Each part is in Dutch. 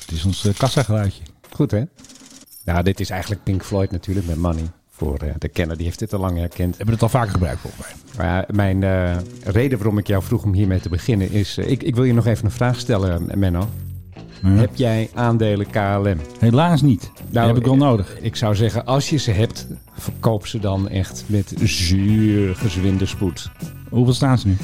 Het is ons uh, kassageluidje. Goed hè? Nou, dit is eigenlijk Pink Floyd natuurlijk met Money. Voor uh, de kenner, die heeft dit al lang herkend. We hebben het al vaker gebruikt volgens mij. Maar mijn eh, reden waarom ik jou vroeg om hiermee te beginnen is... eh, ik, ik wil je nog even een vraag stellen, Menno. Ja. Heb jij aandelen KLM? Helaas niet. die heb ik wel eh, nodig. Ik zou zeggen, als je ze hebt, verkoop ze dan echt met zuur gezwinde spoed. Hoeveel staan ze nu?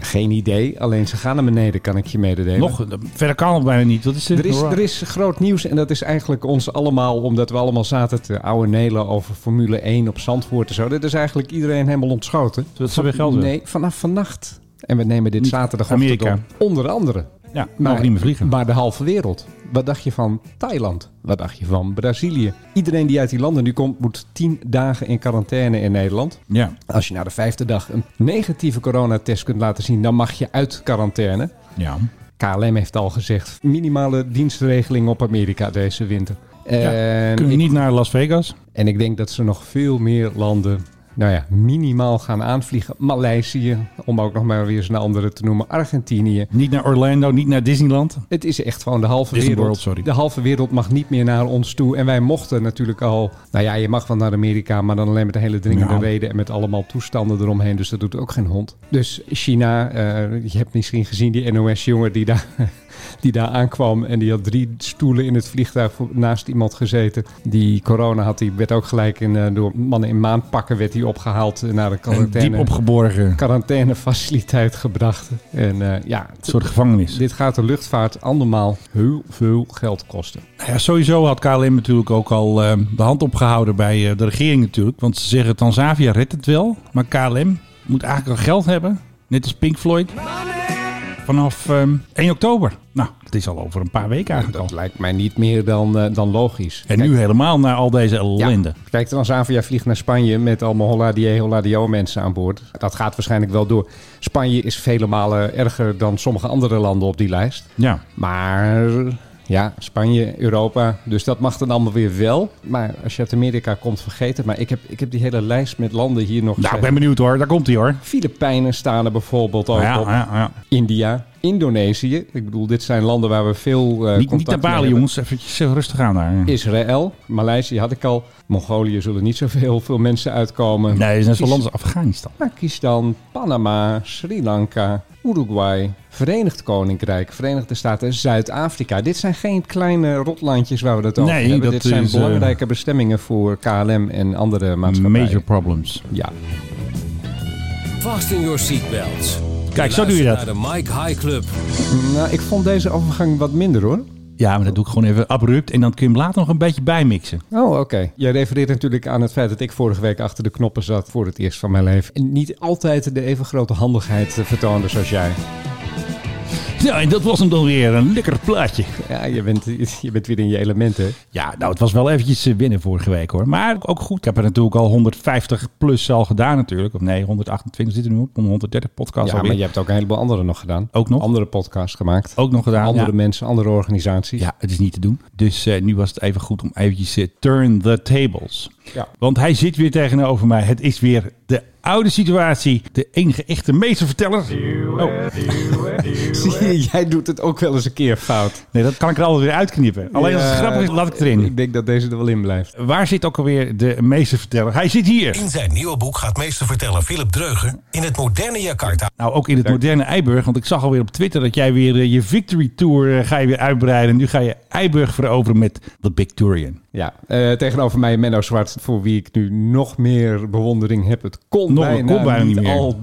Geen idee, alleen ze gaan naar beneden, kan ik je mededelen. Nog, eh, verder kan het bijna niet. Wat is dit? Er is, Hoor. er is groot nieuws en dat is eigenlijk ons allemaal, omdat we allemaal zaten te ouwe nelen over Formule 1 op Zandvoort en zo. Dat is eigenlijk iedereen helemaal ontschoten. Zodat ze weer geld willen. Nee, vanaf vannacht. En we nemen dit Niet zaterdagochtend Amerika. op. Onder andere. Ja, mogen niet meer vliegen. Maar de halve wereld. Wat dacht je van Thailand? Wat dacht je van Brazilië? Iedereen die uit die landen nu komt, moet 10 dagen in quarantaine in Nederland. Ja, Als je na de vijfde dag een negatieve coronatest kunt laten zien, dan mag je uit quarantaine. ja. KLM heeft al gezegd, minimale dienstregeling op Amerika deze winter. En, Kunnen ik, we niet naar Las Vegas? en ik denk dat ze nog veel meer landen, nou ja, minimaal gaan aanvliegen. Maleisië, om ook nog maar weer eens een andere te noemen, Argentinië. Niet naar Orlando, niet naar Disneyland? Het is echt gewoon de halve Disney wereld. World, sorry. De halve wereld mag niet meer naar ons toe. En wij mochten natuurlijk al. Nou ja, je mag wel naar Amerika, maar dan alleen met een hele dringende Ja. reden en met allemaal toestanden eromheen. Dus dat doet ook geen hond. Dus China, eh, je hebt misschien gezien die NOS-jongen die daar. Die daar aankwam en die had drie stoelen in het vliegtuig voor- naast iemand gezeten. Die corona had, die werd ook gelijk in, eh, door mannen in maandpakken werd die opgehaald eh, naar de Een diep quarantaine, opgeborgen quarantainefaciliteit gebracht. En eh, ja, soort gevangenis. dit gaat de luchtvaart andermaal heel veel geld kosten. Nou Ja, sowieso had KLM natuurlijk ook al eh, de hand opgehouden bij eh, de regering natuurlijk. Want ze zeggen Tanzania redt het wel. Maar KLM moet eigenlijk al geld hebben. Net als Pink Floyd. Vanaf ehm, 1 oktober. Nou, dat is al over een paar weken eigenlijk Dat al. lijkt mij niet meer dan, eh, dan logisch. En nu helemaal naar al deze ellende. Ja, kijk, Transavia vliegt naar Spanje met allemaal holladier, holladio mensen aan boord. Dat gaat waarschijnlijk wel door. Spanje is vele malen erger dan sommige andere landen op die lijst. Ja. Maar ja, Spanje, Europa. Dus dat mag dan allemaal weer wel. Maar als je uit Amerika komt, vergeet het. Maar ik heb, ik heb die hele lijst met landen hier nog. Nou, ik gezegd. ben benieuwd hoor. Daar komt hij hoor. Eh, Filipijnen staan er bijvoorbeeld ook Ja, ja, op. ja. India, Indonesië. Ik bedoel, dit zijn landen waar we veel eh Niet, niet contact naar mee Bali hebben. jongens. Eventjes eh, rustig aan daar. Israël, Maleisië had ik al. Mongolië zullen niet zoveel veel mensen uitkomen. Nee, dat is net zo'n land als Afghanistan. Pakistan, Panama, Sri Lanka, Uruguay, Verenigd Koninkrijk, Verenigde Staten, Zuid-Afrika. Dit zijn geen kleine rotlandjes waar we het over Nee, hebben. dat Dit zijn is, eh, belangrijke bestemmingen voor KLM en andere maatschappijen. Major problems. Ja. Vast in your seatbelts. Kijk, zo doe je dat. Luister Naar de Mike High Club. Nou, ik vond deze overgang wat minder hoor. Ja, maar dat doe ik gewoon even abrupt. En dan kun je hem later nog een beetje bijmixen. Oh, oké. Jij refereert natuurlijk aan het feit dat ik vorige week achter de knoppen zat voor het eerst van mijn leven. En niet altijd de even grote handigheid eh, vertoonde zoals jij. Ja, Nou, en dat was hem dan weer. Een lekker plaatje. Ja, je bent, je bent weer in je elementen. Ja, nou, het was wel eventjes eh, winnen vorige week hoor. Maar ook goed. Ik heb er natuurlijk al 150 plus al gedaan natuurlijk. Of nee, 128 zitten we nu op. 130 podcasts Ja, alweer. maar je hebt ook een heleboel andere nog gedaan. Ook nog? Andere podcasts gemaakt. Ook nog gedaan. andere ja. mensen, andere organisaties. Ja, het is niet te doen. Dus eh, nu was het even goed om eventjes eh, turn the tables. Ja. Want hij zit weer tegenover mij. Het is weer de oude situatie. De enige echte meesterverteller. Oh, Zie je, jij doet het ook wel eens een keer fout. nee, dat kan ik er altijd weer uitknippen. Alleen als het Ja, grappig is, laat ik het erin. Ik denk dat deze er wel in blijft. Waar zit ook alweer de meesterverteller? Hij zit hier. In zijn nieuwe boek gaat meester vertellen Philip Dreuger in het moderne Jakarta Nou, ook in het moderne Eiburg. Want ik zag alweer op Twitter dat jij weer eh, je victory tour eh, ga je weer uitbreiden. Nu ga je Eiburg veroveren met de Big Tourian. Ja, eh, tegenover mij Menno Zwart, voor wie ik nu nog meer bewondering heb. Het kon Nog- bijna, kon bijna niet meer. al.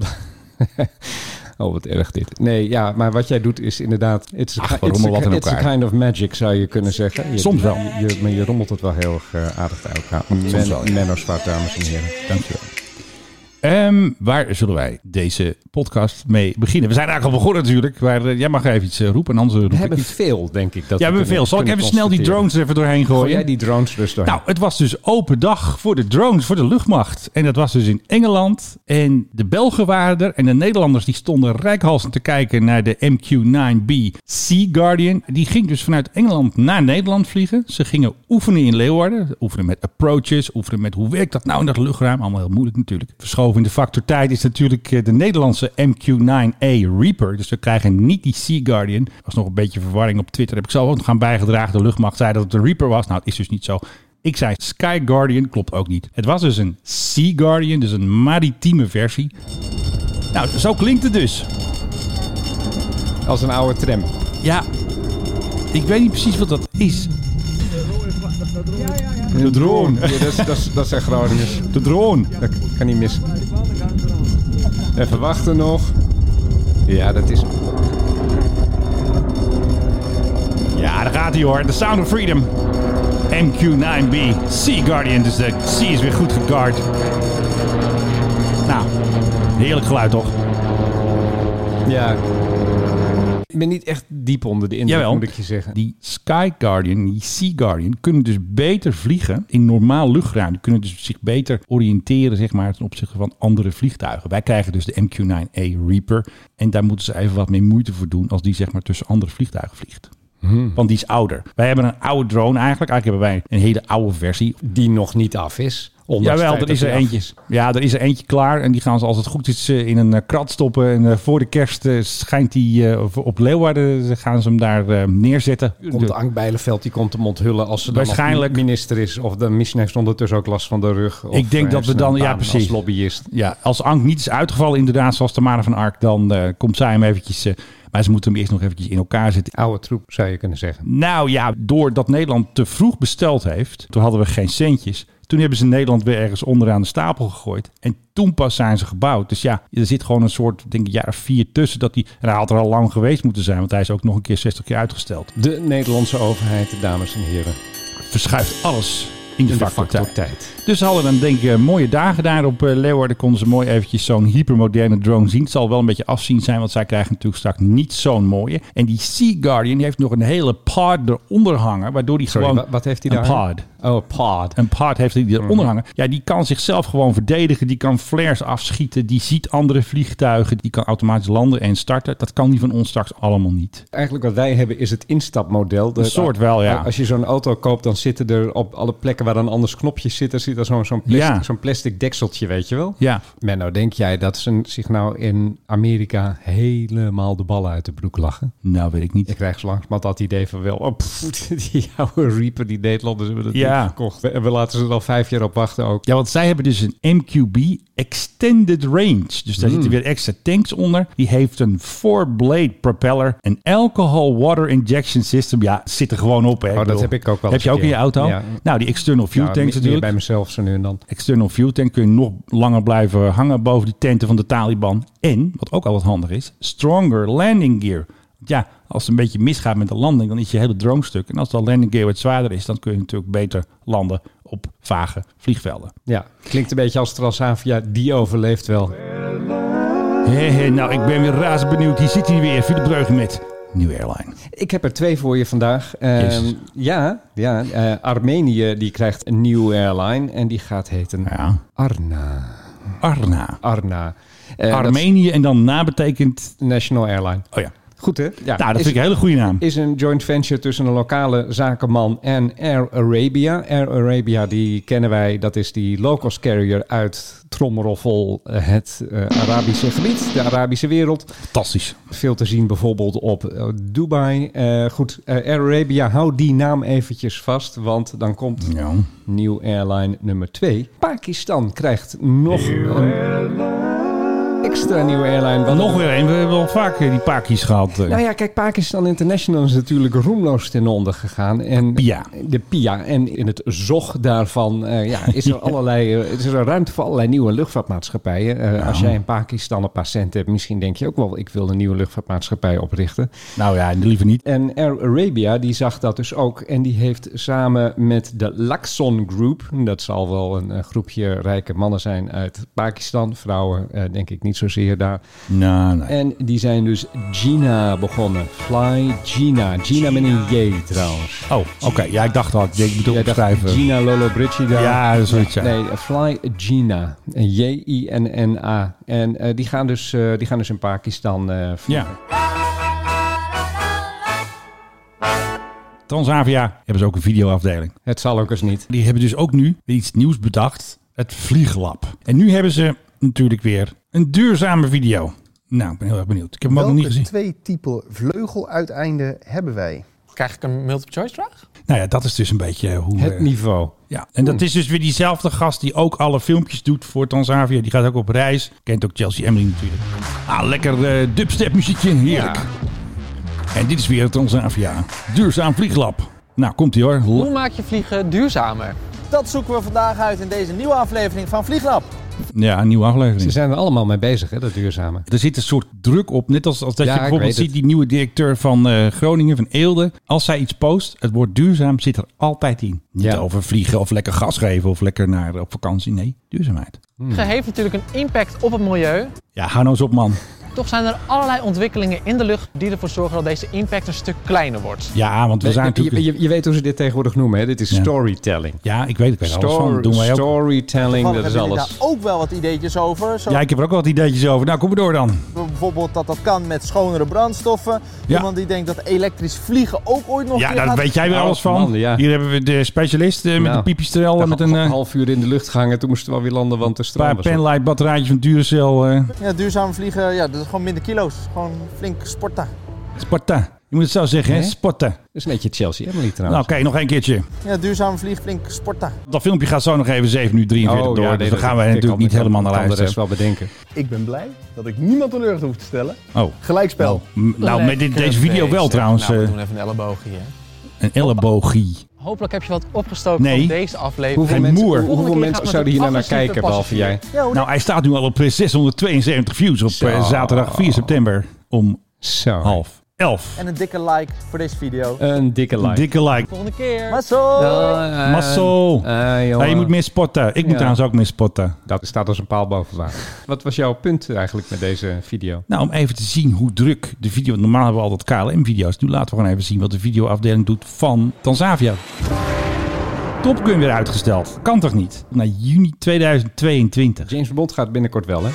oh, wat erg dit. Nee, ja, maar wat jij doet is inderdaad... It's a, Ach, we it's a- rommelen wat in it's a elkaar. kind of magic, zou je kunnen zeggen. Je- Soms wel. Je, je- maar je rommelt het wel heel erg eh, aardig bij elkaar. Men- wel, ja. Menno Zwart, dames en heren. Dankjewel. Ehm, waar zullen wij deze podcast mee beginnen? We zijn eigenlijk al begonnen natuurlijk. Maar eh, jij mag even iets eh, roepen, en anders roep We ik hebben iets. veel, denk ik. Dat Ja, we hebben veel. Zal ik even snel die drones er even doorheen Gooi gooien? jij die drones dus door? Nou, het was dus open dag voor de drones, voor de luchtmacht. En dat was dus in Engeland. En de Belgen waren er. En de Nederlanders die stonden rijkhalsend te kijken naar de MQ-9B Sea Guardian. Die ging dus vanuit Engeland naar Nederland vliegen. Ze gingen oefenen in Leeuwarden. Oefenen met approaches, oefenen met hoe werkt dat nou in dat luchtruim. Allemaal heel moeilijk natuurlijk. Verschoven over in de factor tijd is natuurlijk eh, de Nederlandse MQ-9A Reaper. Dus we krijgen niet die Sea Guardian. Er was nog een beetje verwarring op Twitter. Heb ik zo gaan bijgedragen. De luchtmacht zei dat het een Reaper was. Nou, het is dus niet zo. Ik zei Sky Guardian, klopt ook niet. Het was dus een Sea Guardian, dus een maritieme versie. Nou, zo klinkt het dus. Als een oude tram. Ja, ik weet niet precies wat dat is. De drone. Ja, dat, is, dat, is, dat zijn Groningers. De drone. Dat kan niet mis. Even wachten nog. Ja, dat is... Ja, daar gaat hij hoor. The Sound of Freedom. MQ-9B. Sea Guardian. Dus de sea is weer goed geguard. Nou, heerlijk geluid toch? Ja. Ik ben niet echt diep onder de indruk, Jawel. moet ik je zeggen. Die Sky Guardian, die Sea Guardian, kunnen dus beter vliegen in normaal luchtruim. Die kunnen dus zich beter oriënteren, zeg maar, ten opzichte van andere vliegtuigen. Wij krijgen dus de MQ-9A Reaper. En daar moeten ze even wat meer moeite voor doen als die, zeg maar, tussen andere vliegtuigen vliegt. Hmm. Want die is ouder. Wij hebben een oude drone eigenlijk. Eigenlijk hebben wij een hele oude versie. Die nog niet af is. ondanks Jawel, het er feit is dat er die af eentje. Ja, er is er eentje klaar. En die gaan ze als het goed is eh, in een eh, krat stoppen. En eh, voor de kerst eh, schijnt die eh, op- op Leeuwarden eh, gaan ze hem daar eh, neerzetten. Komt Ank Bijleveld, die komt hem onthullen als ze dan Waarschijnlijk. nog minister is. Of de misschien heeft ze ondertussen ook last van de rug. Of Ik denk hij dat heeft we een dan- ja, baan precies. Als lobbyist. ja, als Ank niet is uitgevallen, inderdaad, zoals Tamara van Ark, dan eh, komt zij hem eventjes. eh, maar ze moeten hem eerst nog eventjes in elkaar zetten. Oude troep, zou je kunnen zeggen. Nou ja, doordat Nederland te vroeg besteld heeft, toen hadden we geen centjes. Toen hebben ze Nederland weer ergens onderaan de stapel gegooid. En toen pas zijn ze gebouwd. Dus ja, er zit gewoon een soort, denk ik, jaar of vier tussen. Dat die, en hij had er al lang geweest moeten zijn, want hij is ook nog een keer 60 keer uitgesteld. De Nederlandse overheid, dames en heren. Verschuift alles in de, In de factor tijd. factor tijd. Dus ze hadden dan denk ik eh, mooie dagen daar op eh, Leeuwarden. Konden ze mooi eventjes zo'n hypermoderne drone zien. Het zal wel een beetje afzien zijn, want zij krijgen natuurlijk straks niet zo'n mooie. En die Sea Guardian die heeft nog een hele pod eronder hangen, waardoor die Sorry, gewoon... wa- wat heeft hij een daar? Mm. pod. Oh, pod. Een paard heeft die eronder hangen. Ja, die kan zichzelf gewoon verdedigen. Die kan flares afschieten. Die ziet andere vliegtuigen. Die kan automatisch landen en starten. Dat kan die van ons straks allemaal niet. Eigenlijk wat wij hebben is het instapmodel. De- Een soort wel, ja. Als je zo'n auto koopt, dan zitten er op alle plekken waar dan anders knopjes zitten, zit er zo'n zo'n plastic, Ja. zo'n plastic dekseltje, weet je wel. Ja, Menno, denk jij dat ze zich nou in Amerika helemaal de ballen uit de broek lachen? nou weet ik niet. Ik krijg zo langzamerhand dat idee van wel, oh, pff, die oude Reaper, die Nederlanders hebben dat Ja. ding verkocht. En we laten ze er al vijf jaar op wachten ook. Ja, want zij hebben dus een MQB Extended Range. Dus Hmm. daar zitten weer extra tanks onder. Die heeft een four-blade propeller. Een alcohol water injection system. Ja, zit er gewoon op. Hè. Oh, dat bedoel, heb ik ook wel Heb eens je ook een in je keer. auto? Ja. Nou, die external fuel Nou, meer- tanks meer natuurlijk. bij mezelf zo nu en dan. external fuel tank kun je nog langer blijven hangen boven die tenten van de Taliban. En, wat ook al wat handig is, stronger landing gear. Want ja, als het een beetje misgaat met de landing, dan is je hele drone stuk. En als dat landing gear wat zwaarder is, dan kun je natuurlijk beter landen op vage vliegvelden. Ja, klinkt een beetje als Transavia, die overleeft wel. Hé, hé, nou, ik ben weer razend benieuwd. Hier zit hij weer, Philip Breugen met New Airline. Ik heb er twee voor je vandaag. Ehm, Jezus. ja, ja eh, Armenië die krijgt een nieuwe airline en die gaat heten Ja, Arna. Arna. Arna. Eh, dat is Armenië en dan na betekent... National Airline. Oh ja, Goed hè? Ja, nou, dat is, vind ik een hele goede naam. is een joint venture tussen een lokale zakenman en Air Arabia. Air Arabia, die kennen wij, dat is die low-cost carrier uit Tromroffel, eh, het eh, Arabische gebied, de Arabische wereld. Fantastisch. Veel te zien bijvoorbeeld op eh, Dubai. Eh, goed, eh, Air Arabia, hou die naam eventjes vast, want dan komt Ja. nieuw airline nummer 2. Pakistan krijgt nog een extra nieuwe airline. Wat Nog weer een. We hebben al vaak eh, die pakjes gehad. eh. Nou ja, kijk, Pakistan International is natuurlijk roemloos ten onder gegaan. En Pia. De PIA. En in het zog daarvan eh, ja, is, er allerlei, eh, is er ruimte voor allerlei nieuwe luchtvaartmaatschappijen. Eh, Als jij in Pakistan een patiënt hebt, misschien denk je ook wel... ik wil een nieuwe luchtvaartmaatschappij oprichten. Nou ja, liever niet. En Air Arabia die zag dat dus ook. En die heeft samen met de Laxon Group. Dat zal wel een, eh, groepje rijke mannen zijn uit Pakistan. Vrouwen eh, denk ik niet zozeer daar. Nou, nee. En die zijn dus Gina begonnen. Fly Gina. Gina met een J trouwens. Oh, oké. Ja, ik dacht al. Ik denk, ik moet Jij het dacht opschrijven. Gina Lolo Brigida. Ja, dat is zoiets, ja. Nee, Fly Gina. J-I-N-N-A. En eh, die, gaan dus, eh, die gaan dus in Pakistan eh vliegen. Ja. Transavia hebben ze ook een videoafdeling. Het zal ook eens niet. Die hebben dus ook nu weer iets nieuws bedacht. Het Vlieglab. En nu hebben ze natuurlijk weer een duurzame video. Nou, ik ben heel erg benieuwd. Ik heb hem ook nog niet gezien. twee typen vleugeluiteinden hebben wij? Krijg ik een multiple choice vraag? Nou ja, dat is dus een beetje hoe... Het eh, niveau. Ja, en dat is dus weer diezelfde gast die ook alle filmpjes doet voor Tanzania. Die gaat ook op reis. Kent ook Chelsea Emily natuurlijk. Ah, lekker eh dubstep muziekje. Heerlijk. En dit is weer Tanzania. Duurzaam vlieglab. Nou, komt ie hoor. Hoe L- maak je vliegen duurzamer? Dat zoeken we vandaag uit in deze nieuwe aflevering van Vlieglab. Ja, een nieuwe Ze aflevering. zijn er allemaal mee bezig, hè, dat duurzame. Er zit een soort druk op. Net als, als dat Ja, je ik bijvoorbeeld ziet weet het. die nieuwe directeur van eh, Groningen, van Eelde. Als zij iets post, het woord duurzaam zit er altijd in. Niet Ja. over vliegen of lekker gas geven of lekker naar, op vakantie. Nee, duurzaamheid. Vliegen heeft natuurlijk een impact op het milieu. Ja, hou nou eens op man. Toch zijn er allerlei ontwikkelingen in de lucht die ervoor zorgen dat deze impact een stuk kleiner wordt. Ja, want we zijn natuurlijk... je, je, je weet hoe ze dit tegenwoordig noemen, hè? Dit is Ja. storytelling. Ja, ik weet het wel. Alles van. Stor- Doen wij ook. Storytelling, dat Toevallig is hebben jullie alles. daar ook wel wat ideetjes over. Zo Ja, ik heb er ook wel wat ideetjes over. Nou, kom maar door dan. bijvoorbeeld dat dat kan met schonere brandstoffen. Ja. Iemand die denkt dat elektrisch vliegen ook ooit nog een Ja, keer daar gaat. weet jij weer Oh, alles van. man, ja. Hier hebben we de specialist eh, met Nou, een piepjestrel en met een een eh, half uur in de lucht gehangen, toen moesten we alweer landen, want de paar stroom was op. penlight batterijtjes van Duracell. eh, Ja, duurzaam vliegen, ja, dat is gewoon minder kilo's. Gewoon flink sporten. Sparta. Je moet het zo zeggen, hè? Hè? Sparta. Dat is een beetje Chelsea Emily Nou, trouwens. oké, nog één keertje. Ja, duurzaam vliegen, flink sporten. Dat filmpje gaat zo nog even 7 uur 43 Oh, door. dus daar gaan we natuurlijk niet helemaal naar de rest luisteren. wel bedenken. Ik ben blij dat ik niemand een hoef te stellen. Oh. Gelijkspel. M- Nou, met dit- deze video wel trouwens. Nou, we eh, doen even een elleboog hier. een elleboogie. Hopelijk heb je wat opgestoken Nee. van deze aflevering. Hoeveel mensen- moer. Hoeveel Volgende keer mensen gaan we zouden hier nou naar natuurlijk kijken, behalve agressieve jij? Nou, hij staat nu al op eh, 672 views op eh, Zo. zaterdag 4 september om Zo. half 11. En een dikke like voor deze video. Een dikke like. Dikke like. Volgende keer. Maar zo! Eh, Muscle. eh, jongen. Ja, Nou, je moet meer spotten. Ik moet Ja. trouwens ook meer spotten. Dat staat als een paal boven water. Wat was jouw punt eigenlijk met deze video? Nou, om even te zien hoe druk de video... Normaal hebben we altijd KLM-video's. Nu laten we gewoon even zien wat de videoafdeling doet van Tanzavia. Top Gun weer uitgesteld. Kan toch niet? Naar juni 2022. James Bond gaat binnenkort wel, hè?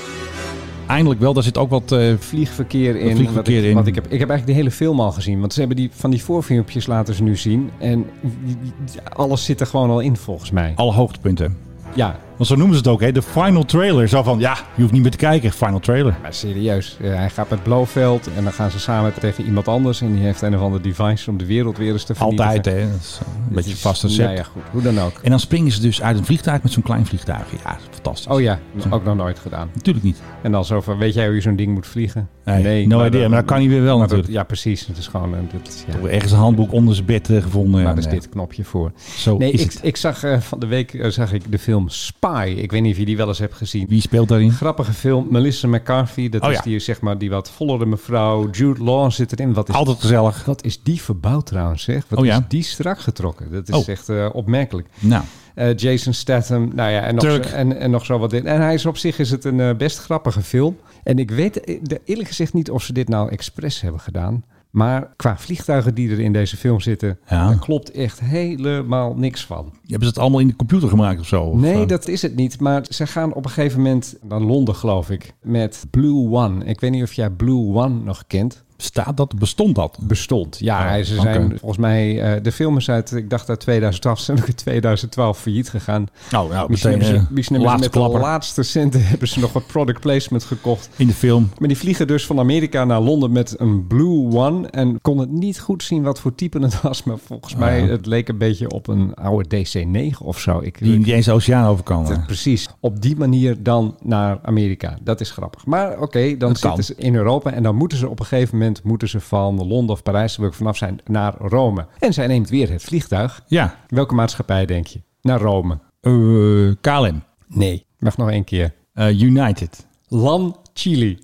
Eindelijk wel, daar zit ook wat... eh, Vliegverkeer in. vliegverkeer wat ik, in. Wat ik, heb, ik heb eigenlijk de hele film al gezien. Want ze hebben die, van die voorfilmpjes laten ze nu zien. En die- die- alles zit er gewoon al in, volgens mij. alle hoogtepunten. Ja, Want zo noemen ze het ook, hè? De final trailer. Zo van, ja, je hoeft niet meer te kijken. Final trailer. maar serieus. eh, hij gaat met Blofeld. En dan gaan ze samen tegen iemand anders. En die heeft een of ander device om de wereld weer eens te vernietigen. Altijd, hè? Dat is een Het beetje is- vast Nou recept. ja, goed. Hoe dan ook. En dan springen ze dus uit een vliegtuig met zo'n klein vliegtuig. Ja, fantastisch. Oh ja, ook nog nooit gedaan. Natuurlijk niet. En dan zo van, weet jij hoe je zo'n ding moet vliegen? Nee, no idea, maar dat kan hij weer wel maar dat- natuurlijk. ja, precies. Het is gewoon... eh, dit- ja, Toch weer Ergens een handboek onder zijn bed eh, gevonden. Waar En, is eh, dit knopje voor? Zo Nee, is ik, het. ik zag eh, van de week eh, zag ik de film Spy. Ik weet niet of je die wel eens hebt gezien. Wie speelt daarin? Grappige film. Melissa McCarthy, dat Oh is ja. die, zeg maar, die wat vollere mevrouw. Jude Law zit erin. Wat is, Altijd gezellig. wat is die verbouwd trouwens, zeg? Wat Oh ja. is die strak getrokken? Dat is Oh. echt eh, opmerkelijk. Nou, Eh, Jason Statham, nou ja, en nog, zo, Turk. en, en nog zo wat. in. En hij is op zich is het een eh, best grappige film. En ik weet eh, de- eerlijk gezegd niet of ze dit nou expres hebben gedaan. Maar qua vliegtuigen die er in deze film zitten, Ja. daar klopt echt helemaal niks van. hebben ze het allemaal in de computer gemaakt of zo? Of, Nee, eh, dat is het niet. Maar ze gaan op een gegeven moment naar Londen, geloof ik, met Blue One. Ik weet niet of jij Blue One nog kent. Staat dat? Bestond dat? Bestond. Ja, Oh, hij- ze oké. zijn volgens mij, eh, de film is uit, ik dacht uit 2012, ze zijn ook in 2012 failliet gegaan. Nou, nou Misschien meteen hebben ze, eh, misschien hebben ze laatste met de klapper laatste centen hebben ze nog wat product placement gekocht. in de film. Maar die vliegen dus van Amerika naar Londen met een Blue One. En kon het niet goed zien wat voor type het was. Maar volgens Oh, mij, het leek een beetje op een oude DC-9 of zo. Ik, Die niet eens de oceaan over kan. eh. Precies. Op die manier dan naar Amerika. Dat is grappig. Maar oké, dan Dat zitten kan. ze in Europa. En dan moeten ze op een gegeven moment moeten ze van Londen of Parijs, wil ik vanaf zijn, naar Rome. En zij neemt weer het vliegtuig. Ja, Welke maatschappij denk je? Naar Rome. eh, KLM. Nee. Mag nog één keer. eh, United. Lan Chili.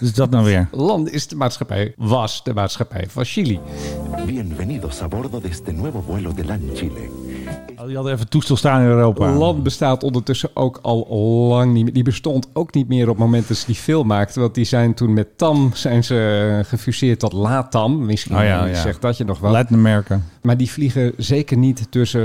Wat is dat nou weer? Lan is de maatschappij, was de maatschappij van Chili. Bienvenidos a bordo de este nuevo vuelo de LAN Chile. Oh, die hadden even toestel staan in Europa. Lan bestaat ondertussen ook al lang niet meer. Die bestond ook niet meer op het moment dat ze die film maakten. Want die zijn toen met TAM zijn ze gefuseerd tot LATAM. Misschien Oh ja, ja. zegt dat je nog wel. Latin America. Maar die vliegen zeker niet tussen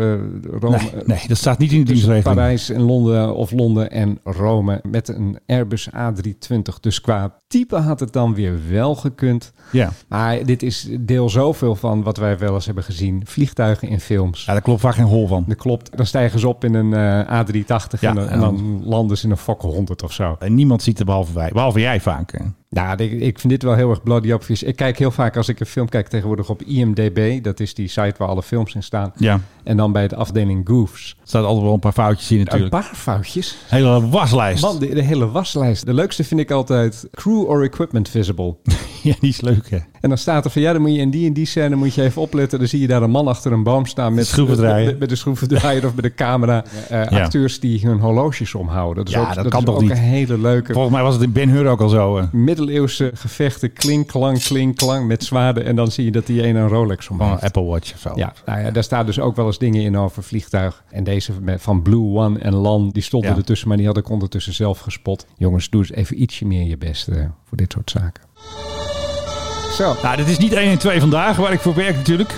Rome, eh, Nee, nee, Dus dat staat niet in de tussen dienstregeling. Parijs en Londen of Londen en Rome met een Airbus A320. Dus qua type had het dan weer wel gekund. Ja. Maar dit is deel zoveel van wat wij wel eens hebben gezien. Vliegtuigen in films. ja, daar klopt vaak geen hol van. Dat klopt. Dan stijgen ze op in een eh, A380 Ja, en, dan, en en dan landen ze in een Fokker 100 of zo. En niemand ziet er behalve wij. Behalve jij vaak. hè. Nou, ik, ik vind dit wel heel erg bloody obvious. Ik kijk heel vaak als ik een film kijk tegenwoordig op IMDB. Dat is die site waar alle films in staan. Ja. En dan bij de afdeling Goofs. Er staat altijd wel een paar foutjes in Een natuurlijk. paar foutjes. Hele waslijst. Man, de, de hele waslijst. De leukste vind ik altijd crew or equipment visible. Ja, die is leuk hè. En dan staat er van ja, dan moet je in die en die scène moet je even opletten. Dan zie je daar een man achter een boom staan met, eh, Schroevendraaier. met, met de schroevendraaier of met de camera. Eh, Ja. Acteurs die hun horloges omhouden. Dat is Ja, ook, dat kan is toch ook niet? een hele leuke Volgens mij was het in Ben Hur ook al zo. eh. middeleeuwse gevechten. Klink, klank, klink, klank met zwaarden. En dan zie je dat die een een Rolex Van een omhoudt. Apple Watch of zo. Ja, nou ja, daar staan dus ook wel eens dingen in over vliegtuig. En deze met- van Blue One en Lan, die stonden Ja. ertussen, maar die had ik ondertussen zelf gespot. Jongens, doe eens even ietsje meer je best eh, voor dit soort zaken. Zo, Nou, dit is niet 1 en 2 vandaag waar ik voor werk natuurlijk.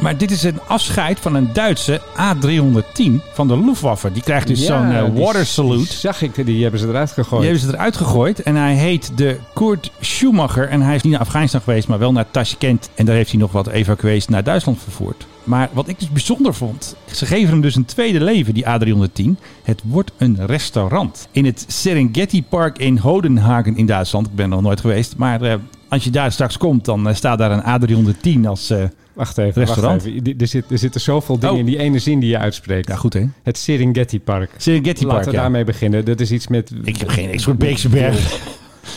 Maar dit is een afscheid van een Duitse A310 van de Luftwaffe. Die krijgt dus zo'n eh, die- water die salute. zag ik, die hebben ze eruit Die gegooid. hebben ze eruit gegooid. En hij heet de Kurt Schumacher. En hij is niet naar Afghanistan geweest, maar wel naar Tashkent. En daar heeft hij nog wat evacuees naar Duitsland vervoerd. Maar wat ik dus bijzonder vond. Ze geven hem dus een tweede leven, die A310. Het wordt een restaurant. In het Serengeti Park in Hodenhagen in Duitsland. Ik ben er nog nooit geweest. Maar eh, als je daar straks komt, dan eh, staat daar een A310 als... eh, Wacht even, Restaurant. wacht even. Die- Er, zit, er zitten zoveel dingen Oh. in die ene zin die je uitspreekt. ja, goed hè. Het Serengeti Park. Serengeti Laten Park, we ja. daarmee beginnen. Dat is iets met... Ik heb geen... Ik soort Beekse Bergen.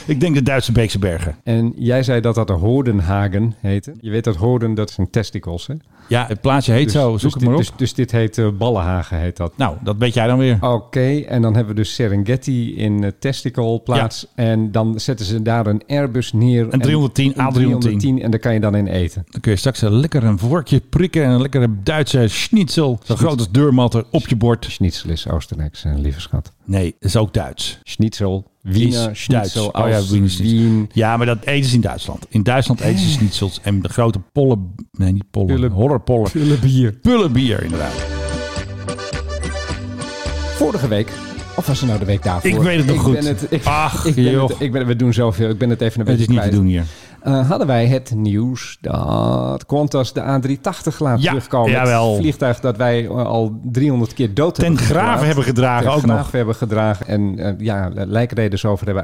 ik denk de Duitse Beekse Bergen. En jij zei dat dat de Hodenhagen heette. Je weet dat Hoden, dat zijn testicles, hè? Ja, het plaatsje heet Dus- zo. Zoek dus het dit- maar op. Dus, dus dit heet eh, Ballenhagen, heet dat. Nou, dat weet jij dan weer. Oké, en dan hebben we dus Serengeti in eh, Testicle plaats. En dan zetten ze daar een Airbus neer. Een 310, en, A310. En daar kan je dan in eten. Dan kun je straks een lekker een vorkje prikken en een lekkere Duitse schnitzel. Zo'n groot als deurmatten op je bord. Schnitzel is Oostenrijks, eh, lieve schat. Nee, dat is ook Duits. Schnitzel. Wiener Is Schnitzel. Duits. Oh ja, als Wiener schnitzel. Wien. Eh. Ja, maar dat eten ze in Duitsland. In Duitsland eten ze schnitzels en de grote pollen... Nee, niet pollen. Pullen- Horrorpollen. bier. Pullenbier, inderdaad. Vorige week, of was het nou de week daarvoor? Ik weet het nog ik goed. Ben het, ik, Ach, ik ben joh. Het, ik ben, we doen zoveel. Ik ben het even een Het beetje is niet te kwijt. doen hier. Eh, hadden wij het nieuws dat Qantas de A380 laat Ja, terugkomen. jawel. Het vliegtuig dat wij eh, al 300 keer dood Ten hebben graven hebben gedragen Ten ook graven nog. hebben gedragen en eh, ja, lijkredens over hebben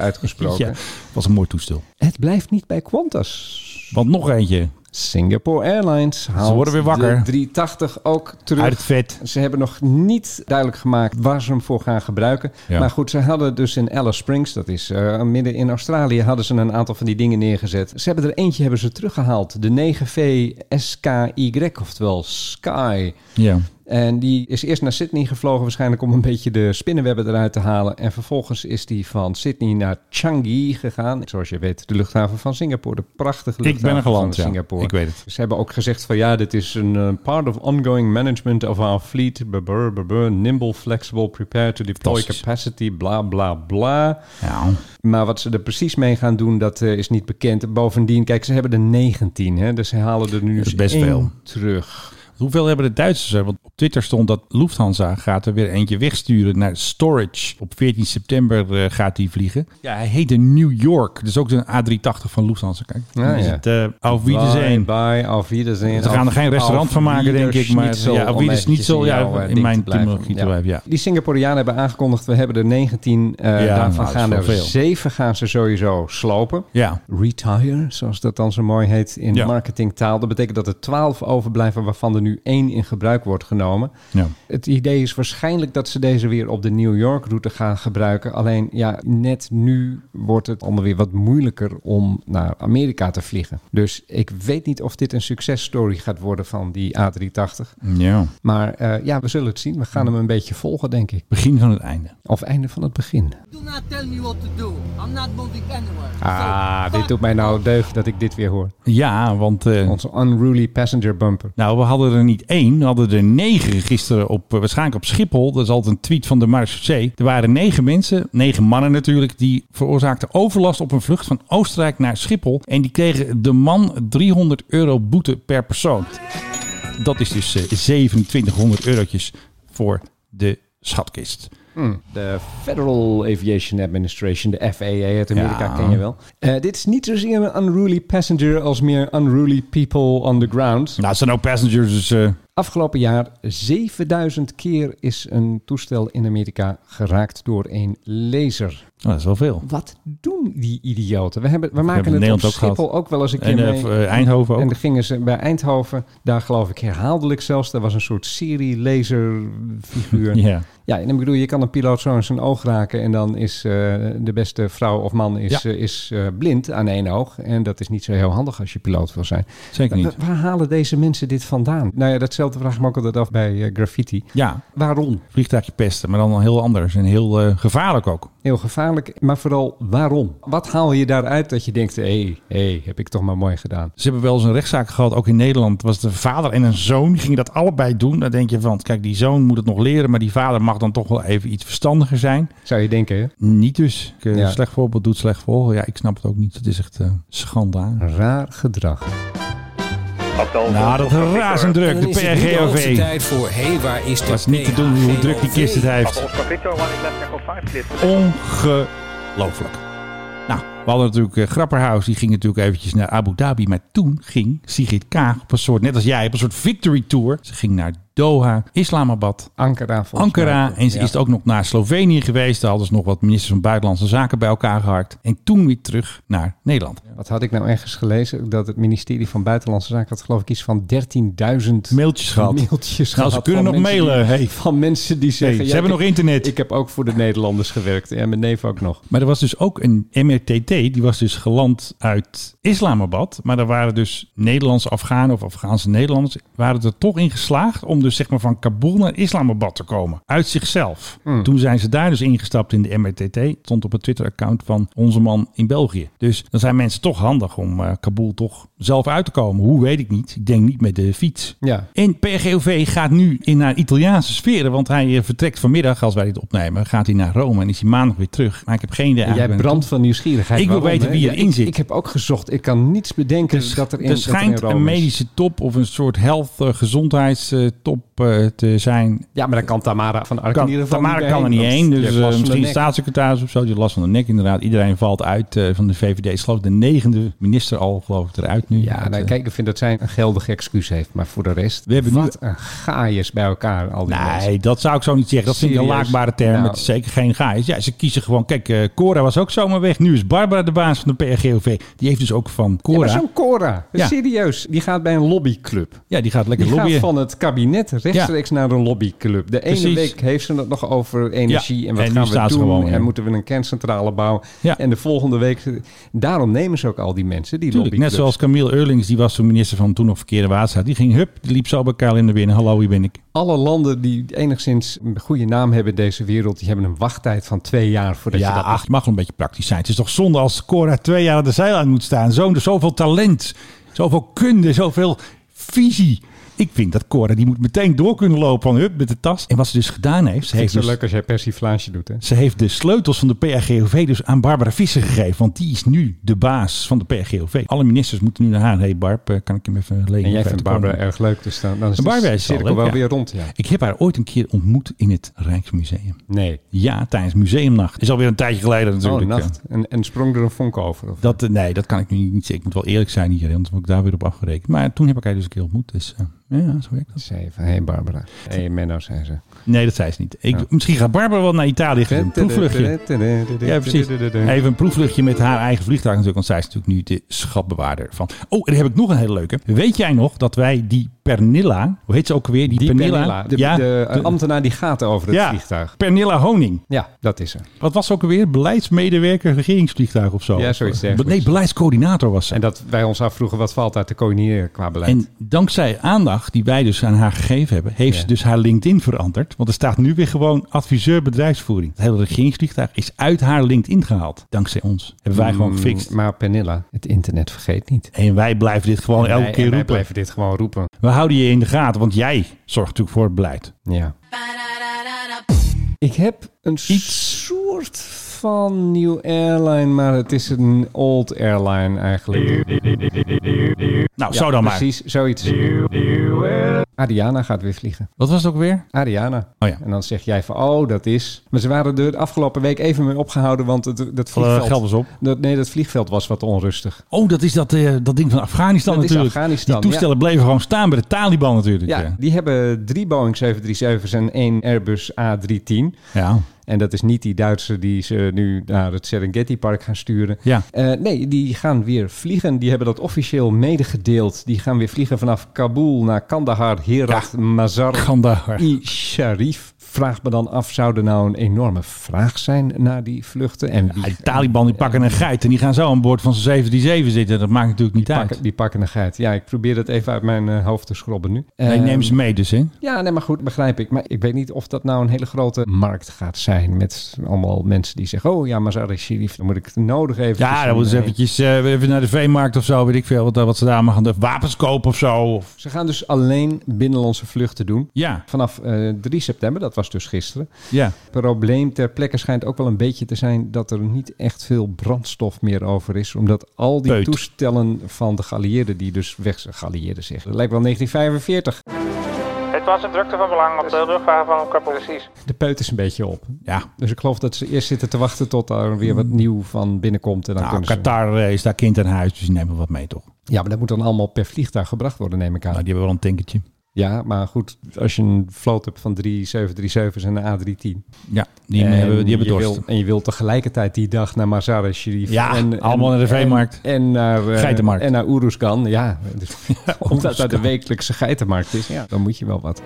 uitgesproken. Ja, was een mooi toestel. Het blijft niet bij Qantas. Want nog eentje. Singapore Airlines haalt worden weer wakker. de 380 ook terug. Uit het vet. Ze hebben nog niet duidelijk gemaakt waar ze hem voor gaan gebruiken. Ja. Maar goed, ze hadden dus in Alice Springs, dat is eh, midden in Australië, hadden ze een aantal van die dingen neergezet. Ze hebben er eentje hebben ze teruggehaald. De 9V SKY, oftewel Sky. Ja. En die is eerst naar Sydney gevlogen, waarschijnlijk om een beetje de spinnenwebben eruit te halen. En vervolgens is die van Sydney naar Changi gegaan. Zoals je weet, de luchthaven van Singapore. De prachtige ben er luchthaven geland, van ja. Singapore. Ik weet het. Ze hebben ook gezegd van ja, dit is een eh, part of ongoing management of our fleet. Brr, brr, brr, nimble, flexible, prepared to deploy Fantastisch. capacity, bla bla bla. Ja. Maar wat ze er precies mee gaan doen, dat eh, is niet bekend. Bovendien, kijk, ze hebben er 19, hè, dus ze halen er nu Dat is eens best één veel. terug. Hoeveel hebben de Duitsers er? Want op Twitter stond dat Lufthansa gaat er weer eentje wegsturen naar storage. Op 14 september eh, gaat die vliegen. Ja, hij heette New York. Dus ook een A380 van Lufthansa. Kijk, Ah, dan is ja. het eh auf Wiedersehen. Bye, bye, auf Wiedersehen. Ze gaan er Auf- geen restaurant auf van maken, denk ik, maar- Wiederschnitzel, ja, auf om Wiederschnitzel, eventjes ja, jouw, in eh, ding mijn te blijven. terminologie te blijven, ja. Die Singaporeanen hebben aangekondigd, we hebben er 19. Ja, eh, daarvan nou, dat is gaan wel er veel. zeven gaan ze sowieso slopen. Ja, Retire, zoals dat dan zo mooi heet in Ja. marketingtaal. Dat betekent dat er 12 overblijven, waarvan er nu één in gebruik wordt genomen. ja. Het idee is waarschijnlijk dat ze deze weer op de New York-route gaan gebruiken. Alleen ja, net nu wordt het allemaal weer wat moeilijker om naar Amerika te vliegen. Dus ik weet niet of dit een successtory gaat worden van die A380. ja. Maar eh, ja, we zullen het zien. We gaan hem een beetje volgen, denk ik. Begin van het einde. Of einde van het begin. Do not tell me what to do. I'm not moving anywhere. Ah, dit doet mij nou deugd dat ik dit weer hoor. Ja, want... eh, Onze unruly passenger bumper. nou, we hadden er niet één, we hadden er negen gisteren op, eh, waarschijnlijk op Schiphol. Dat is altijd een tweet van de Marseillais. Er waren negen mensen, negen mannen natuurlijk, die veroorzaakten overlast op een vlucht van Oostenrijk naar Schiphol. En die kregen de man 300 euro boete per persoon. Dat is dus eh, 2700 eurotjes voor de schatkist. De Federal Aviation Administration, de FAA uit Amerika, Ja. ken je wel. Eh, dit is niet zozeer een unruly passenger als meer unruly people on the ground. Nou, het zijn ook passengers, dus eh, Afgelopen jaar 7000 keer is een toestel in Amerika geraakt door een laser. dat is wel veel. Wat doen die idioten? We, hebben, we maken hebben in het op Nederland ook Schiphol ook wel eens een keer En mee. eh, eh, Eindhoven En ook. dan gingen ze bij Eindhoven, daar geloof ik herhaaldelijk zelfs, daar was een soort serie laserfiguur. Ja. Ja, en ik bedoel, je kan een piloot zo in zijn oog raken en dan is eh, de beste vrouw of man is, eh, is eh, blind aan één oog. En dat is niet zo heel handig als je piloot wil zijn. Zeker Wa- niet. Waar halen deze mensen dit vandaan? Nou ja, datzelfde vraag ik me ook altijd af bij eh, graffiti. Ja, Waarom? vliegtuigje pesten, maar dan heel anders en heel eh, gevaarlijk ook. Heel gevaarlijk, maar vooral waarom? Wat haal je daaruit dat je denkt, hé, hey, hey, heb ik toch maar mooi gedaan? Ze hebben wel eens een rechtszaak gehad, ook in Nederland. Was de vader en een zoon, die gingen dat allebei doen. Dan denk je van, kijk, die zoon moet het nog leren, maar die vader mag dan toch wel even iets verstandiger zijn. Zou je denken, hè? Niet dus. Ik, eh, Ja. Slecht voorbeeld doet slecht volgen. Ja, ik snap het ook niet. Het is echt eh schandaal. raar gedrag. Nou, dat razendruk, de PRGOV. tijd voor, hé, waar is de Dat is niet te doen hoe druk die kist het heeft. Ongelooflijk. Nou, we hadden natuurlijk eh, Grapperhaus, die ging natuurlijk eventjes naar Abu Dhabi. Maar toen ging Sigrid Kaag op een soort, net als jij, op een soort victory tour. Ze ging naar Doha, Islamabad, Ankara volgens Ankara. mij. En ze Ja. is ook nog naar Slovenië geweest. Daar hadden ze nog wat ministers van Buitenlandse Zaken bij elkaar gehakt. En toen weer terug naar Nederland. Wat had ik nou ergens gelezen? Dat het ministerie van Buitenlandse Zaken had geloof ik iets van 13.000 Mailtjes gehad. mailtjes Nou, gehad ze kunnen van nog mensen mailen. die- Hey. Van mensen die zeggen... Hey, ze ja, hebben ik- nog internet. Ik heb ook voor de Nederlanders gewerkt. En mijn neef ook nog. Maar er was dus ook een MRTT, die was dus geland uit Islamabad. Maar daar waren dus Nederlandse Afghanen of Afghaanse Nederlanders... waren er toch in geslaagd om dus zeg maar van Kabul naar Islamabad te komen. Uit zichzelf. Toen zijn ze daar dus ingestapt in de MRTT. Stond op het Twitter-account van onze man in België. Dus dan zijn mensen toch handig om eh, Kabul toch zelf uit te komen. Hoe weet ik niet. Ik denk niet met de fiets. Ja. En PRGOV gaat nu in naar Italiaanse sferen. Want hij eh, vertrekt vanmiddag, als wij dit opnemen, gaat hij naar Rome en is hij maandag weer terug. Maar ik heb geen idee. En jij eigenlijk brandt van nieuwsgierigheid. Ik wil Waarom, weten hè? wie Ja, erin ik- zit. Dus Ik heb ook gezocht. Ik kan niets bedenken dat er in er dat in schijnt Rome een is. medische top of een soort health eh, gezondheidstop eh, te zijn. Ja, maar dan kan Tamara van Ark in ieder Kan, geval Tamara niet kan er niet heen, heen. want die Dus heeft eh, last van de misschien nek. staatssecretaris of zo. Die heeft last van de nek inderdaad. Iedereen valt uit eh, van de VVD. Is geloof ik de negende minister al geloof ik eruit nu. Ja, Dat, nou, eh, kijk, ik vind dat zij een geldig excuus heeft. Maar voor de rest, We hebben nu- wat een gaaiers bij elkaar. Al die mensen. Nee, dat zou ik zo niet zeggen. Dat vind ik een Serieus? laakbare term. Nou. Het is zeker geen gaais. Ja, ze kiezen gewoon. Kijk, eh, Cora was ook zomaar weg. Nu is Barbara de baas van de PRGOV. Die heeft dus ook van Ja, Cora. maar Ja, zo'n Cora, Ja. serieus, die gaat bij een lobbyclub. die gaat lekker Die lobbyen. gaat van het kabinet rechtstreeks naar een lobbyclub. De ene Precies. week heeft ze het nog over energie Ja, en wat en nu gaan we staat ze doen gewoon, ja. en moeten we een kerncentrale bouwen. Ja. En de volgende week, daarom nemen ze ook al die mensen, die Tuurlijk, net lobbyclubs. zoals Camille Eurlings, die was de minister van toen nog verkeerde waterstaat. Die ging hup, die liep zo bij Karin naar binnen. Hallo, hier ben ik. Alle landen die enigszins een goede naam hebben in deze wereld, die hebben een wachttijd van twee jaar voordat je ja, dat ach, het mag wel een beetje praktisch zijn. Het is toch zonde als Cora twee jaar aan de zijlijn moet staan. Zo'n, zoveel talent, zoveel kunde, zoveel visie. Ik vind dat Cora, die moet meteen door kunnen lopen van hup met de tas. En wat ze dus gedaan heeft, ze Vind ik heeft zo dus leuk als jij persiflage doet, hè? Ze heeft de sleutels van de PRGOV dus aan Barbara Visser gegeven. Want die is nu de baas van de PRGOV. Alle ministers moeten nu naar haar. Hé hey Barb, eh, kan ik hem even lenen? En jij Even te vindt komen. Barbara erg leuk, dus dan, dan is Barbara de is wel cirkel leuk, wel ja. weer rond. Ja. Ik heb haar ooit een keer ontmoet in het Rijksmuseum. Nee, Ja, tijdens Museumnacht. Is alweer een tijdje geleden natuurlijk. oh, nacht. En, en sprong er een vonk over. Of? Dat, eh, nee, dat kan ik nu niet zeggen. Ik moet wel eerlijk zijn hier, want dan word ik daar weer op afgerekend. Maar toen heb ik haar dus een keer ontmoet. Dus eh, ja, zo werkt dat. Zei van, hé Barbara. Hé Menno, zei ze. Nee, dat zei ze niet. Ik, Ja. Misschien gaat Barbara wel naar Italië. Een proefvluchtje. Ja, precies. Even een proefluchtje met haar eigen vliegtuig natuurlijk. Want zij is natuurlijk nu de schatbewaarder van. Oh, en daar heb ik nog een hele leuke. Weet jij nog dat wij die Pernilla... Hoe heet ze ook weer? Die, Die Pernilla. Pernilla, de, ja, de, eh, ambtenaar die gaat over het ja, vliegtuig. Pernilla Honing. Ja, dat is ze. Wat was ze ook alweer? Beleidsmedewerker regeringsvliegtuig of zo? Ja, zoiets dergelijks. Nee, beleidscoördinator was ze. En dat wij ons afvroegen, wat valt daar te coördineren qua beleid? En dankzij aandacht die wij dus aan haar gegeven hebben, heeft Ja. ze dus haar LinkedIn veranderd. Want er staat nu weer gewoon adviseur bedrijfsvoering. Het hele regeringsvliegtuig is uit haar LinkedIn gehaald. Dankzij ons. Hebben wij gewoon Mm, gefixt. Maar Pernilla, het internet vergeet niet. En wij blijven dit gewoon En elke wij- en keer wij roepen. blijven dit gewoon roepen. We houden je in de gaten, want jij zorgt natuurlijk voor het beleid. Ja. Ik heb een Iets. soort van New Airline, maar het is een old airline eigenlijk. Nou, zo dan maar. Precies, zoiets. Ariana gaat weer vliegen. Wat was het ook weer? Ariana. Oh ja. En dan zeg jij van, oh, dat is... Maar ze waren er de afgelopen week even mee opgehouden, want het, dat Alle vliegveld... eh, geld was op. dat, nee, dat vliegveld was wat onrustig. Oh, dat is dat, eh, dat ding van Afghanistan Dat is natuurlijk. Afghanistan, die toestellen bleven gewoon staan bij de Taliban natuurlijk. Ja, Ja. die hebben drie Boeing 737's en één Airbus A310. ja. En dat is niet die Duitse die ze nu naar het Serengeti-park gaan sturen. Ja. Eh, nee, die gaan weer vliegen. Die hebben dat officieel medegedeeld. Die gaan weer vliegen vanaf Kabul naar Kandahar, Herat, Mazar Kandahar. i Sharif. Vraag me dan af, zou er nou een enorme vraag zijn naar die vluchten? En wie Ja, die Taliban die pakken een geit en die gaan zo aan boord van zijn 737 zitten. Dat maakt natuurlijk niet uit. pakken, die pakken een geit? Ja, ik probeer dat even uit mijn eh, hoofd te schrobben nu. Nee, Ehm, neem ze mee dus, hè? Ja, nee, maar goed, begrijp ik. Maar ik weet niet of dat nou een hele grote markt gaat zijn. Met allemaal mensen die zeggen: Oh ja, Mazar i Sharif, dan moet ik het nodig even. Ja, dan moeten ze eventjes eh, even naar de veemarkt of zo, weet ik veel. Wat, wat ze daar maar gaan doen. Wapens kopen of zo. Of, Ze gaan dus alleen binnenlandse vluchten doen. ja, Vanaf eh, 3 september, dat was dus gisteren. ja. Probleem ter plekke schijnt ook wel een beetje te zijn dat er niet echt veel brandstof meer over is. Omdat al die Peut. toestellen van de geallieerden, die dus weg zijn, geallieerden zeggen. Dat lijkt wel 1945. Het was een drukte van belang op de luchthaven van Kabul. Precies. De peut is een beetje op. ja. Dus ik geloof dat ze eerst zitten te wachten tot er weer wat nieuw van binnenkomt. En dan Hmm. Nou, kunnen ze... Qatar eh, is daar kind aan huis, dus die nemen wat mee, toch? Ja, maar dat moet dan allemaal per vliegtuig gebracht worden, neem ik aan. Nou, die hebben wel een tinkertje. Ja, maar goed, als je een vloot hebt van drie 737's en een A310. Ja, die eh, en hebben, die hebben Eh, je dorst. wil- en je wilt tegelijkertijd die dag naar Mazar-e Sharif. Ja, en, allemaal naar de veemarkt. En, en naar, eh, Geitenmarkt. En naar Oeruzgan, ja. Dus, omdat dat de Oeruzgan. wekelijkse geitenmarkt is, ja, dan moet je wel wat.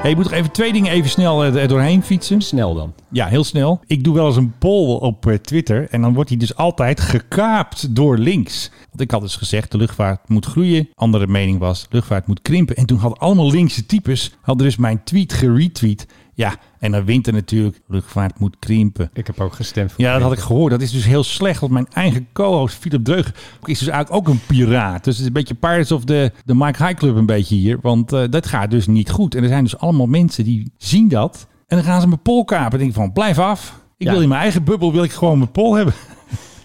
Hey, je moet nog even twee dingen even snel eh, er doorheen fietsen. Snel dan. Ja, heel snel. Ik doe wel eens een poll op eh, Twitter. En dan wordt die dus altijd gekaapt door links. Want ik had dus gezegd, de luchtvaart moet groeien. Andere mening was, luchtvaart moet krimpen. En toen hadden allemaal linkse types, hadden dus mijn tweet geretweet. Ja, en dan wint er natuurlijk, luchtvaart moet krimpen. Ik heb ook gestemd voor Ja, dat had ik gehoord. Dat is dus heel slecht. Want mijn eigen co-host Philip Dreug is dus eigenlijk ook een piraat. Dus het is een beetje Pirates of de, de Mike High Club een beetje hier. Want eh, dat gaat dus niet goed. En er zijn dus allemaal mensen die zien dat. En dan gaan ze mijn pol kapen. En denk ik van, blijf af. Ik Ja. wil in mijn eigen bubbel wil ik gewoon mijn pol hebben.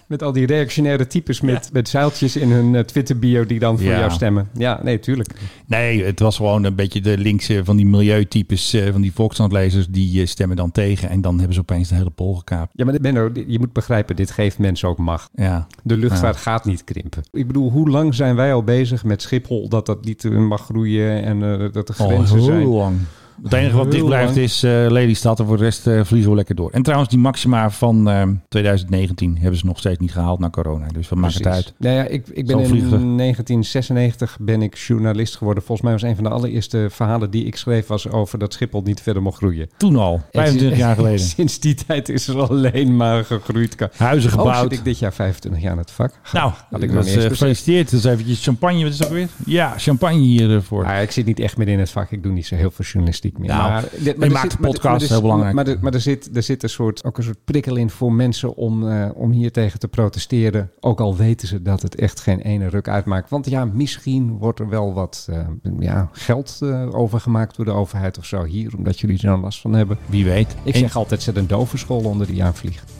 Met al die reactionaire types met, met zeiltjes in hun eh, Twitter-bio die dan voor Ja. jou stemmen. Ja, nee, tuurlijk. Nee, het was gewoon een beetje de linkse van die milieutypes, eh, van die Volkshandlezers. Die eh, stemmen dan tegen. En dan hebben ze opeens de hele pol gekaapt. Ja, maar Benno, je moet begrijpen, dit geeft mensen ook macht. Ja. De luchtvaart gaat niet krimpen. Ik bedoel, hoe lang zijn wij al bezig met Schiphol dat dat niet eh, mag groeien en eh, dat er grenzen Al heel zijn? lang. Het enige wat Heel dicht blijft lang. is eh, Lelystad. En voor de rest eh, vliegen we lekker door. En trouwens, die maxima van eh, 2019 hebben ze nog steeds niet gehaald na corona. Dus wat maakt het Precies. uit? Nou ja, ik, ik ben Zo'n in vliegtuig. 1996 ben ik journalist geworden. Volgens mij was een van de allereerste verhalen die ik schreef was over dat Schiphol niet verder mocht groeien. Toen al, 25 jaar geleden. Sinds die tijd is er alleen maar gegroeid. Huizen Oh, zit gebouwd. ik dit jaar 25 jaar aan het vak? nou, nog dat is, niet eens eh, beseft. gefeliciteerd. Dus eventjes champagne. Wat is dat weer? Ja, champagne hiervoor. Maar ik zit niet echt meer in het vak. Ik doe niet zo heel veel journalistiek meer. Nou, maar, je maakt de podcast, maar er heel belangrijk. Maar, er- maar er, zit, er zit een soort, ook een soort prikkel in voor mensen om, eh, om hier tegen te protesteren. Ook al weten ze dat het echt geen ene ruk uitmaakt. Want ja, misschien wordt er wel wat eh, ja, geld eh, overgemaakt door de overheid of zo hier. Omdat jullie er dan last van hebben. Wie weet. Ik En- zeg altijd, zet een dovenschool onder die aanvliegt.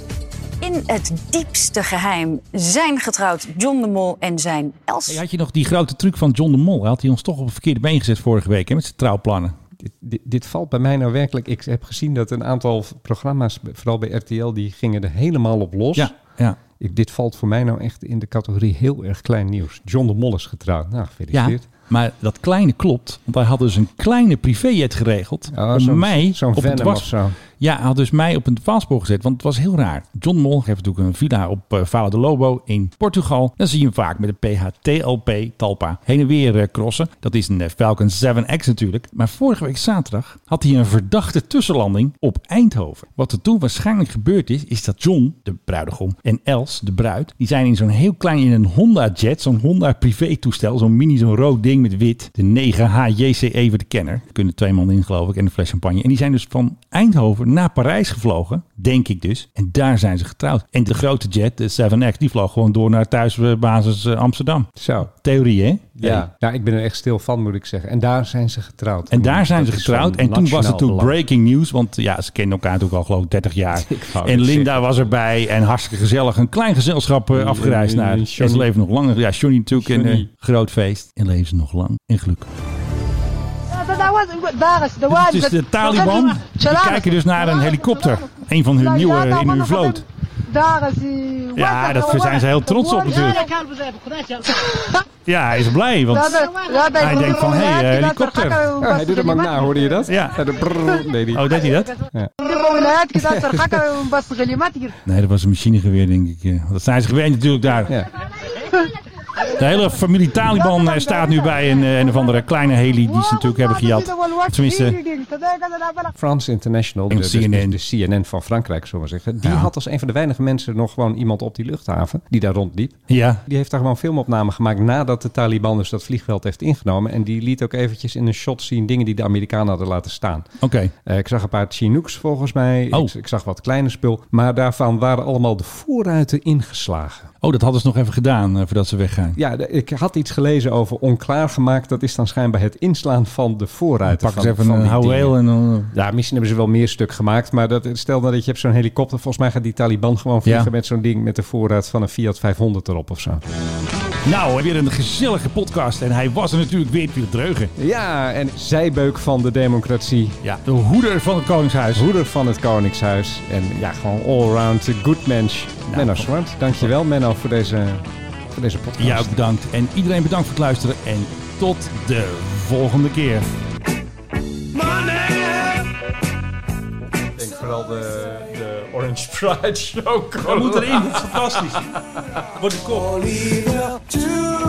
In het diepste geheim zijn getrouwd John de Mol en zijn Els. Hey, had je nog die grote truc van John de Mol? Hij had hij ons toch op een verkeerde been gezet vorige week hè, met zijn trouwplannen. Dit, dit, dit valt bij mij nou werkelijk. Ik heb gezien dat een aantal programma's, vooral bij RTL, die gingen er helemaal op los. Ja, ja. Ik, dit valt voor mij nou echt in de categorie heel erg klein nieuws. John de Mol is getrouwd. Nou, Ja, gefeliciteerd. maar dat kleine klopt. Want hij had dus een kleine privéjet geregeld. Oh, om zo'n- mij zo'n op een Venom of dwars... zo. Ja, hij had dus mij op een dwaalspoor gezet. Want het was heel raar. John Mol heeft natuurlijk een villa op eh Vale de Lobo in Portugal. Dan zie je hem vaak met een PHTLP, Talpa, heen en weer eh, crossen. Dat is een eh, Falcon 7X natuurlijk. Maar vorige week zaterdag had hij een verdachte tussenlanding op Eindhoven. Wat er toen waarschijnlijk gebeurd is, is dat John, de bruidegom, en Els, de bruid, die zijn in zo'n heel klein, in een Honda-jet, zo'n Honda privé-toestel, zo'n mini, zo'n rood ding met wit, de 9HJCE voor de kenner. Er kunnen twee man in, geloof ik, en een fles champagne. En die zijn dus van Eindhoven naar Parijs gevlogen, denk ik dus. En daar zijn ze getrouwd. En de grote jet, de 7X, die vloog gewoon door naar thuisbasis eh, Amsterdam. Zo. Theorie, hè? Ja. Nou, ik ben er echt stil van, moet ik zeggen. En daar zijn ze getrouwd. En daar zijn ze Dat is zo'n getrouwd. En toen was het nationaal toen belang. breaking news. Want ja, ze kenden elkaar natuurlijk al geloof ik 30 jaar. wou En net Linda zeggen. was erbij. En hartstikke gezellig. Een klein gezelschap eh, afgereisd naar. En ze Johnny. leven nog lang. Ja, Johnny natuurlijk. En Johnny. eh, groot feest. En leven ze nog lang. En geluk. Het is de Taliban. Die kijken dus naar een helikopter. Een van hun nieuwe in hun vloot. Ja, daar zijn ze heel trots op natuurlijk. Ja, hij is blij. Want hij denkt van, hé, hey, eh, helikopter. Oh, hij doet hem ook na, hoorde je dat? Ja. de brrr, deed hij. Oh, deed hij dat? Nee, dat was een machinegeweer, denk ik. eh. Dat zijn ze gewend natuurlijk daar. Ja. De hele familie Taliban eh, staat nu bij een, eh, een of andere kleine heli die ze natuurlijk hebben gejat. Tenminste, France International, de, En dus- dus CNN. de CNN van Frankrijk, zullen we maar zeggen. Die Ja. had als een van de weinige mensen nog gewoon iemand op die luchthaven die daar rondliep. ja. Die heeft daar gewoon filmopname gemaakt nadat de Taliban dus dat vliegveld heeft ingenomen. En die liet ook eventjes in een shot zien dingen die de Amerikanen hadden laten staan. Oké. Eh, ik zag een paar Chinooks volgens mij. Oh. Ik, ik zag wat kleine spul. Maar daarvan waren allemaal de voorruiten ingeslagen. Oh, dat hadden ze nog even gedaan eh, voordat ze weggaan. Ja, de- ik had iets gelezen over onklaargemaakt. Dat is dan schijnbaar het inslaan van de voorruiten. Pak eens van, even van een die dingen. houweel en dan... Ja, misschien hebben ze wel meer stuk gemaakt. Maar dat, stel nou dat je hebt zo'n helikopter. Volgens mij gaat die Taliban gewoon vliegen Ja. met zo'n ding met de voorraad van een Fiat 500 erop of zo. Nou, weer een gezellige podcast. En hij was er natuurlijk weer Piet Dreugen. Ja, en zijbeuk van de democratie. Ja, de hoeder van het Koningshuis. Hoeder van het Koningshuis. En ja, gewoon allround good mensch. Menno Zwart, dankjewel Menno voor deze, voor deze podcast. Jou bedankt. En iedereen bedankt voor het luisteren. En tot de volgende keer. Ik denk vooral de, de Orange Pride show. Dat moet erin. Dat is fantastisch. Wordt de kop. Olivia, to